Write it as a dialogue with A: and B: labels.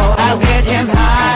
A: I'll get him high.